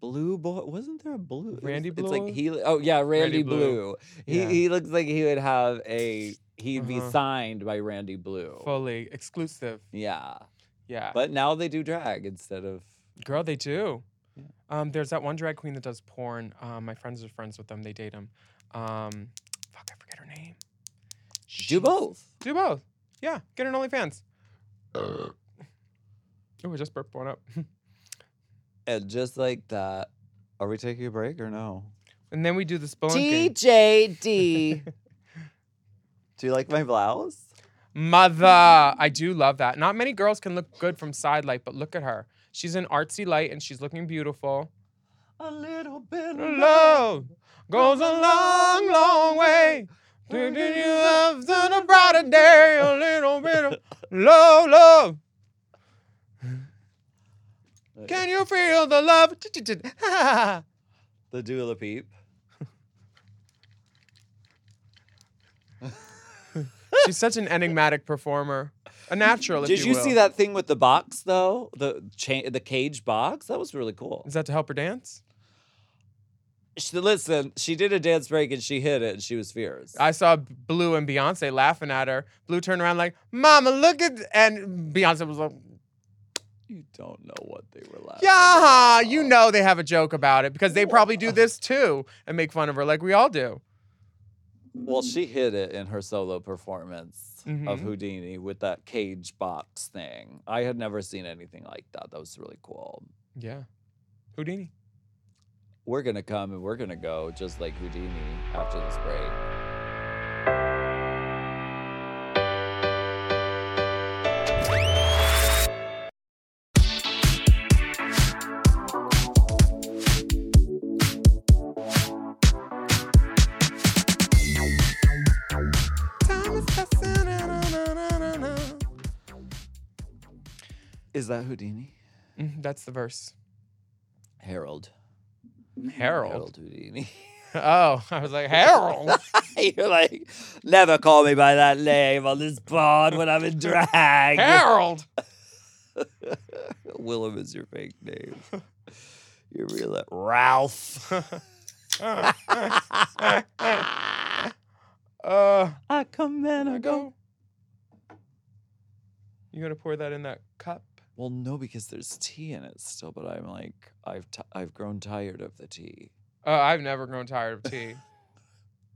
A: Blue boy, wasn't there a blue? it
I: Randy
A: was- It's like
I: Blue?
A: he. Oh yeah, Randy,
I: Randy
A: Blue.
I: Blue.
A: He
I: Yeah.
A: he looks like he would have a. He'd be
I: Uh-huh.
A: signed by Randy Blue.
I: Fully exclusive.
A: yeah,
I: Yeah.
A: but now they do drag instead of.
I: Girl, they do.
A: Yeah.
I: Um, there's that one drag queen that does porn. Um, my friends are friends with them. They date them. Um, fuck, I forget her name.
A: Do
I: She's-
A: both.
I: Do both. Yeah, get an OnlyFans.
A: Uh.
I: oh, I just burped one up.
A: And just like that, are we taking a break or no?
I: and then we do the spelunking.
A: DJD. do you like my blouse?
I: Mother, I do love that. Not many girls can look good from side light, but look at her. She's in artsy light and she's looking beautiful.
A: A little bit of love.
I: Love goes a long, long way. Did you love on a brighter day? A little bit of love, love. Can you feel the love?
A: The Dula Peep.
I: She's such an enigmatic performer, a natural. If
A: Did you,
I: will.
A: see that thing with the box though? The cha- the cage box. That was really cool.
I: Is that to help her dance?
A: She, listen, she did a dance break and she hit it and she was fierce.
I: I saw Blue and Beyonce laughing at her. Blue turned around like, "Mama, look at," and Beyonce was like,
A: you don't know what they were laughing.
I: Yeah,
A: about.
I: you know they have a joke about it because they probably do this too and make fun of her like we all do.
A: Well, she hit it in her solo performance of
I: Mhm.
A: Houdini with that cage box thing. I had never seen anything like that. That was really cool.
I: Yeah. Houdini.
A: We're gonna come and we're gonna go just like Houdini after this break. Is that Houdini?
I: Mhm, That's the verse.
A: Harold.
I: Harold.
A: Houdini.
I: Oh, I was like, Harold.
A: You're like, never call me by that name on this pod when I'm in drag.
I: Harold.
A: Willem is your fake name. Your real Ralph.
I: Uh,
A: I come and I go.
I: go. You gonna pour that in that cup?
A: Well, no, because there's tea in it still, but I'm like, I've t- I've grown tired of the tea.
I: Oh, I've never grown tired of tea.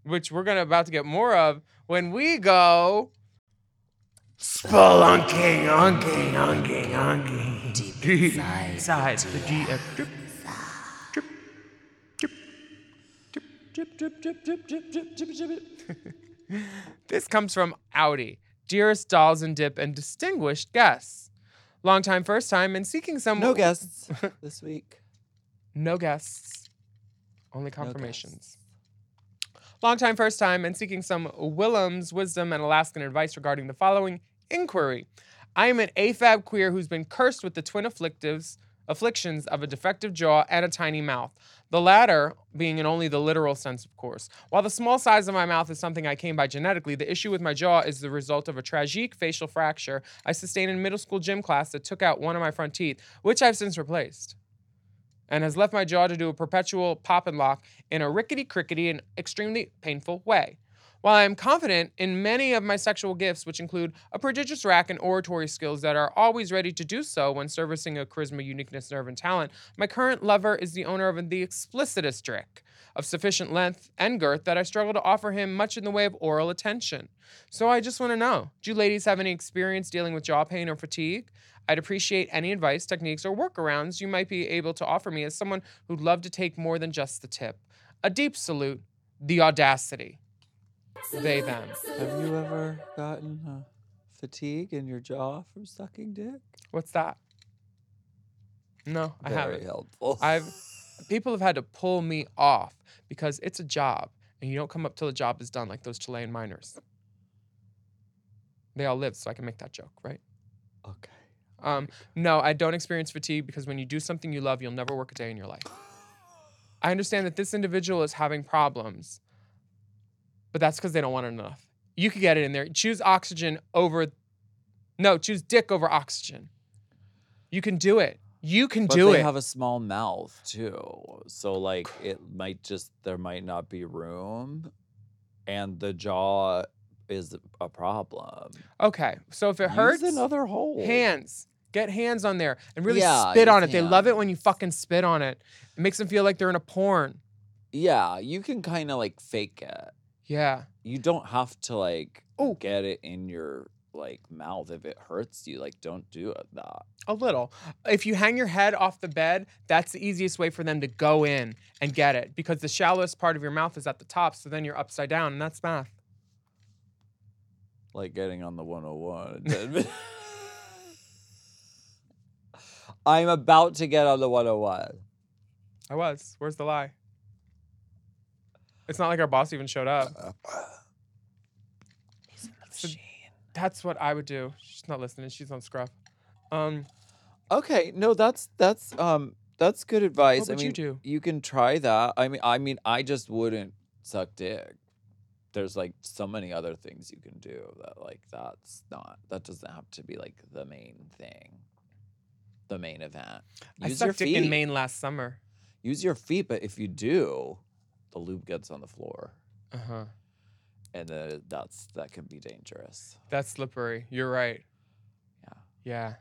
I: Which we're gonna about to get more of when we go.
G: Spelunking, unking, unking, unking.
I: Sides the GF drip.
A: Drip, drip, drip, drip, drip, drip, drip, drip.
I: This comes from Audi, dearest dolls and dip and distinguished guests. long time, first time, and seeking someone.
A: No guests this week.
I: No guests. Only confirmations. Long time, first time, and seeking some Willem's wisdom and Alaskan advice regarding the following inquiry. I am an AFAB queer who's been cursed with the twin afflictives, afflictions of a defective jaw and a tiny mouth. The latter being in only the literal sense, of course. While the small size of my mouth is something I came by genetically, the issue with my jaw is the result of a tragic facial fracture I sustained in middle school gym class that took out one of my front teeth, which I've since replaced and has left my jaw to do a perpetual pop and lock in a rickety crickety and extremely painful way. While I am confident in many of my sexual gifts, which include a prodigious rack and oratory skills that are always ready to do so when servicing a charisma, uniqueness, nerve, and talent, my current lover is the owner of the explicitest trick of sufficient length and girth that I struggle to offer him much in the way of oral attention. So I just want to know do you ladies have any experience dealing with jaw pain or fatigue? I'd appreciate any advice, techniques, or workarounds you might be able to offer me as someone who'd love to take more than just the tip. A deep salute, the audacity. They, them.
A: Have you ever gotten uh, fatigue in your jaw from sucking dick?
I: What's that? No, I
A: Very
I: haven't.
A: helpful.
I: I've people have had to pull me off because it's a job, and you don't come up till the job is done, like those Chilean miners. They all live, so I can make that joke, right?
A: okay.
I: Um, no, I don't experience fatigue because when you do something you love, you'll never work a day in your life. I understand that this individual is having problems, but that's because they don't want it enough. You could get it in there. Choose oxygen over, no, choose dick over oxygen. You can do it. You can
A: But
I: do
A: they
I: it.
A: have a small mouth too, so like it might just there might not be room, and the jaw is a problem.
I: okay, so if it
A: Use
I: hurts,
A: another hole.
I: hands. Get hands on there and really
A: Yeah,
I: spit on it.
A: use
I: They love it when you
A: hands.
I: fucking spit on it. It makes them feel like they're in a porn.
A: Yeah, you can kind of like fake it.
I: Yeah.
A: You don't have to like
I: Ooh.
A: get it in your like mouth if it hurts you. Like don't do it that.
I: A little. If you hang your head off the bed, that's the easiest way for them to go in and get it because the shallowest part of your mouth is at the top. So then you're upside down, and that's math.
A: like getting on the 101. It doesn't mean- I'm about to get on the 101.
I: I was. Where's the lie? It's not like our boss even showed
A: Uh,
I: up. So that's what I would do. She's not listening. She's on scruff. Um,
A: Okay, no, that's that's um that's good advice. I
I: would
A: mean,
I: you do?
A: can try that. I mean, I mean, I just wouldn't suck dick. There's like so many other things you can do that like that's not that doesn't have to be like the main thing, the main event.
I: I
A: Use your
I: sucked dick
A: feet.
I: in Maine last summer.
A: Use your feet, but if you do, the lube gets on the floor.
I: Uh huh.
A: Uh-huh. and uh, that's that can be dangerous.
I: That's slippery. You're right. Yeah. Yeah.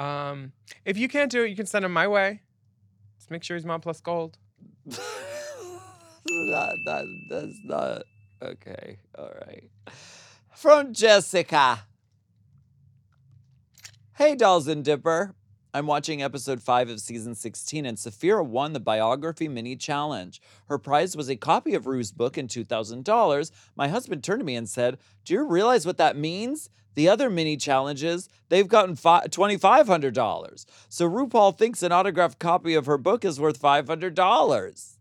I: Um, if you can't do it, you can send him my way. Just make sure he's mom plus gold.
A: that, that that's not okay. All right. From Jessica. Hey, Dolls and Dipper. I'm watching episode 5 of season 16, and Saphira won the biography mini challenge. Her prize was a copy of Rue's book and $2,000. My husband turned to me and said, Do you realize what that means? The other mini challenges, they've gotten fi- $2,500. So RuPaul thinks an autographed copy of her book is worth $500.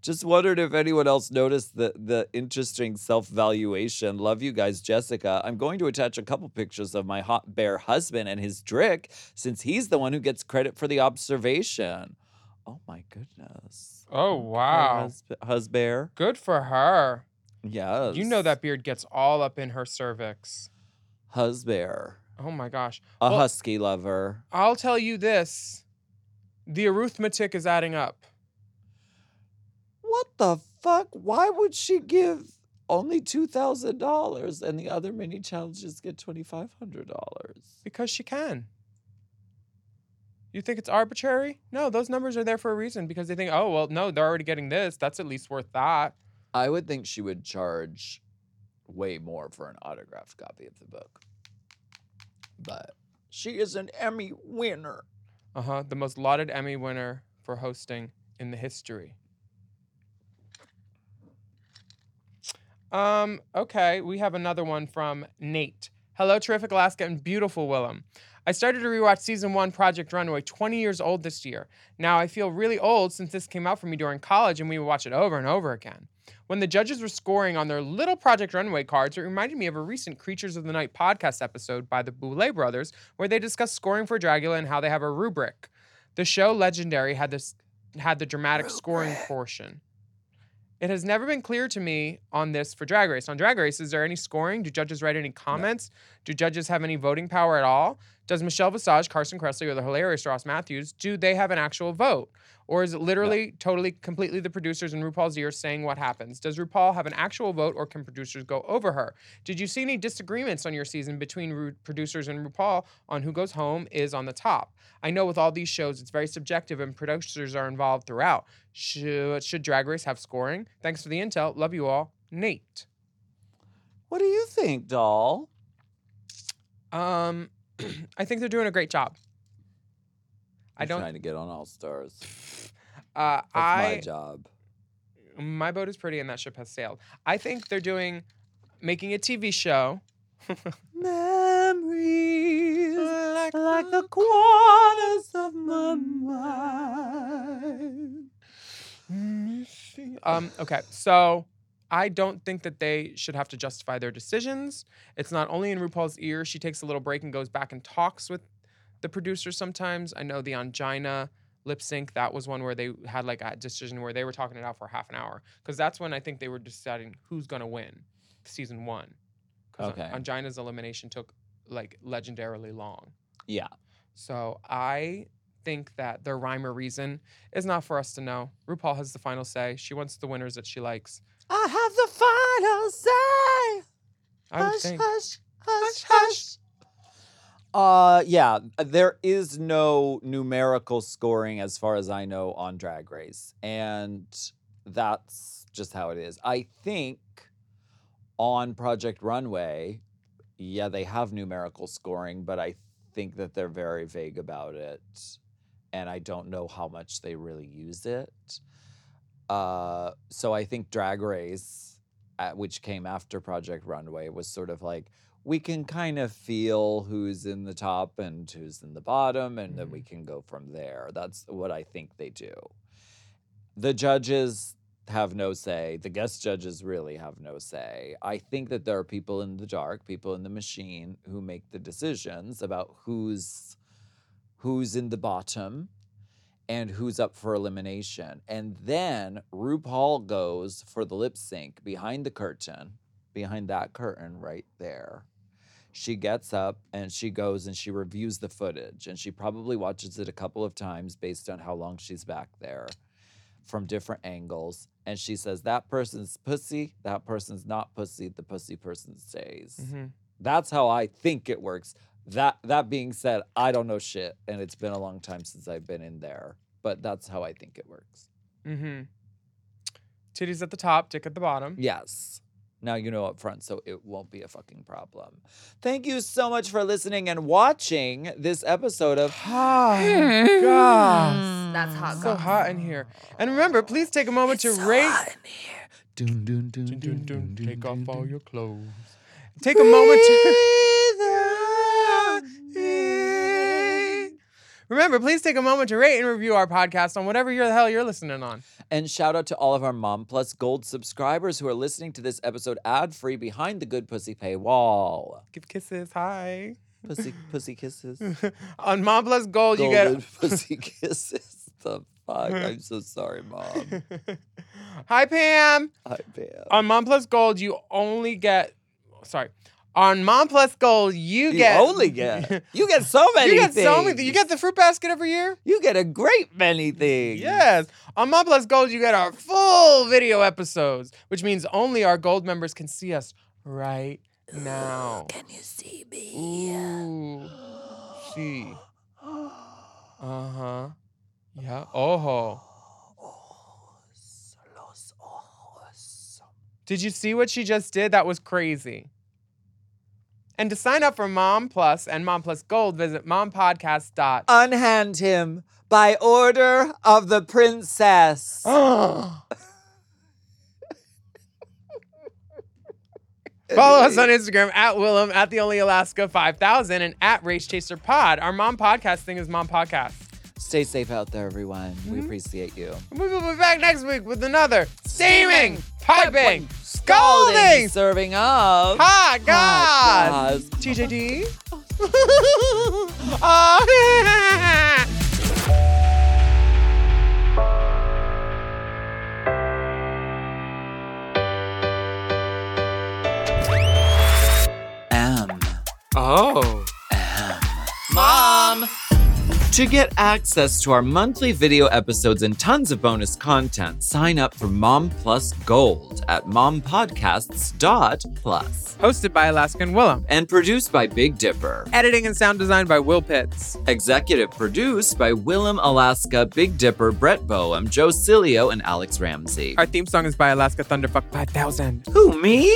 A: Just wondered if anyone else noticed the, the interesting self valuation. Love you guys, Jessica. I'm going to attach a couple pictures of my hot bear husband and his Drick, since he's the one who gets credit for the observation. Oh my goodness.
I: Oh wow.
A: Husband, husband.
I: Good for her.
A: Yes.
I: You know that beard gets all up in her cervix.
A: Husband.
I: Oh my gosh.
A: A
I: Well,
A: husky lover.
I: I'll tell you this. The arithmetic is adding up.
A: What the fuck? Why would she give only $2,000 and the other mini challenges get $2,500?
I: Because she can. You think it's arbitrary? No, those numbers are there for a reason because they think, oh, well, no, they're already getting this. That's at least worth that.
A: I would think she would charge way more for an autographed copy of the book. But she is an Emmy winner.
I: Uh huh. The most lauded Emmy winner for hosting in the history. Um, okay, we have another one from Nate. Hello, terrific Alaska and beautiful Willem. I started to rewatch season one, Project Runway, 20 years old this year. Now I feel really old since this came out for me during college and we would watch it over and over again. When the judges were scoring on their little Project Runway cards, it reminded me of a recent Creatures of the Night podcast episode by the Boulay brothers where they discussed scoring for Dragula and how they have a rubric. The show Legendary had this had the dramatic scoring portion. It has never been clear to me on this for Drag Race. On Drag Race, is there any scoring? Do judges write any comments? Do judges have any voting power at all? Does Michelle Visage, Carson Kressley, or the hilarious Ross Matthews, do they have an actual vote? Or is it literally, totally, completely the producers in RuPaul's ear saying what happens? Does RuPaul have an actual vote or can producers go over her? Did you see any disagreements on your season between Ru- producers and RuPaul on who goes home is on the top? I know with all these shows, it's very subjective and producers are involved throughout. Should, should Drag Race have scoring? Thanks for the intel. Love you all. Nate.
A: What do you think, doll?
I: Um, I think they're doing a great job. I
A: I'm
I: don't.
A: trying to get on All Stars.
I: Uh,
A: That's my
I: I
A: job.
I: my boat is pretty and that ship has sailed. I think they're doing making a TV show.
A: Memories like, the quarters of my mind.
I: Um, okay, so I don't think that they should have to justify their decisions. It's not only in RuPaul's ear. She takes a little break and goes back and talks with the producers sometimes. I know the Angina lip sync, that was one where they had like a decision where they were talking it out for half an hour. Because that's when I think they were deciding who's going to win season one. Because
A: Okay.
I: Angina's elimination took like legendarily long.
A: Yeah.
I: So I think that their rhyme or reason is not for us to know. RuPaul has the final say. She wants the winners that she likes.
A: I have the final say.
I: I would think.
A: hush, hush, hush. Uh, yeah, there is no numerical scoring as far as I know on Drag Race, and that's just how it is. I think on Project Runway, yeah, they have numerical scoring, but I think that they're very vague about it, and I don't know how much they really use it. Uh, so I think Drag Race, uh which came after Project Runway, was sort of like we can kind of feel who's in the top and who's in the bottom, and then we can go from there. That's what I think they do. The judges have no say. The guest judges really have no say. I think that there are people in the dark, people in the machine who make the decisions about who's who's in the bottom and who's up for elimination. And then RuPaul goes for the lip sync behind the curtain, behind that curtain right there. She gets up and she goes and she reviews the footage and she probably watches it a couple of times based on how long she's back there from different angles. And she says, That person's pussy, that person's not pussy, the pussy person stays.
I: Mhm.
A: That's how I think it works. That that being said, I don't know shit, and it's been a long time since I've been in there, but that's how I think it works.
I: Mhm. Titties at the top, dick at the bottom.
A: Yes. Now you know up front, so it won't be a fucking problem. Thank you so much for listening and watching this episode of Oh,
I: God.
J: That's hot.
I: So hot in here. And remember, please take a moment to rate.
A: Dun, dun, dun,
I: Dun,
A: dun,
I: dun, dun,
A: dun,
I: Take off
A: dun,
I: all
A: dun.
I: your clothes. Take a moment to. Remember, please take a moment to rate and review our podcast on whatever your- the hell you're listening on.
A: And shout out to all of our Mom Plus Gold subscribers who are listening to this episode ad free behind the Good Pussy paywall.
I: Give kisses. Hi.
A: Pussy, pussy kisses.
I: on Mom Plus Gold, you
A: Golden
I: get
A: pussy kisses. The fuck? I'm so sorry, Mom.
I: Hi Pam.
A: Hi, Pam.
I: On Mom Plus Gold, you only get sorry. On Mom Plus Gold, you,
A: you
I: get
A: only get. You get so many
I: you get so many.
A: things.
I: You get the fruit basket every year.
A: You get a great many things.
I: Yes. On Mom Plus Gold, you get our full video episodes, which means only our gold members can see us right now. Can you see me? Ooh. See. Uh huh. Yeah. Oh. Did you see what she just did? That was crazy. And to sign up for Mom Plus and Mom Plus Gold, visit mompodcast. dot.
A: Unhand him by order of the
I: Oh.
A: princess.
I: Oh. Follow us on Instagram at Willem, at the Only Alaska 5000, and at Race Chaser Pod. Our mom podcast thing is mom podcast.
A: Stay safe out there, everyone. We
I: Mm-hmm.
A: appreciate you.
I: We will be back next week with another steaming, piping,
A: Golden
I: scalding,
A: serving of
I: hot goss.
A: goss.
I: TJD. oh.
A: M.
B: Oh.
H: Mom!
A: To get access to our monthly video episodes and tons of bonus content, sign up for Mom Plus Gold at mompodcasts.plus
B: Hosted by Alaskan Willem.
A: and produced by Big Dipper.
B: Editing and sound design by Will Pitts.
A: Executive produced by Willem Alaska, Big Dipper, Brett Boehm, Joe Cilio, and Alex Ramsey.
B: Our theme song is by Alaska Thunderfuck 5000.
A: Who, me?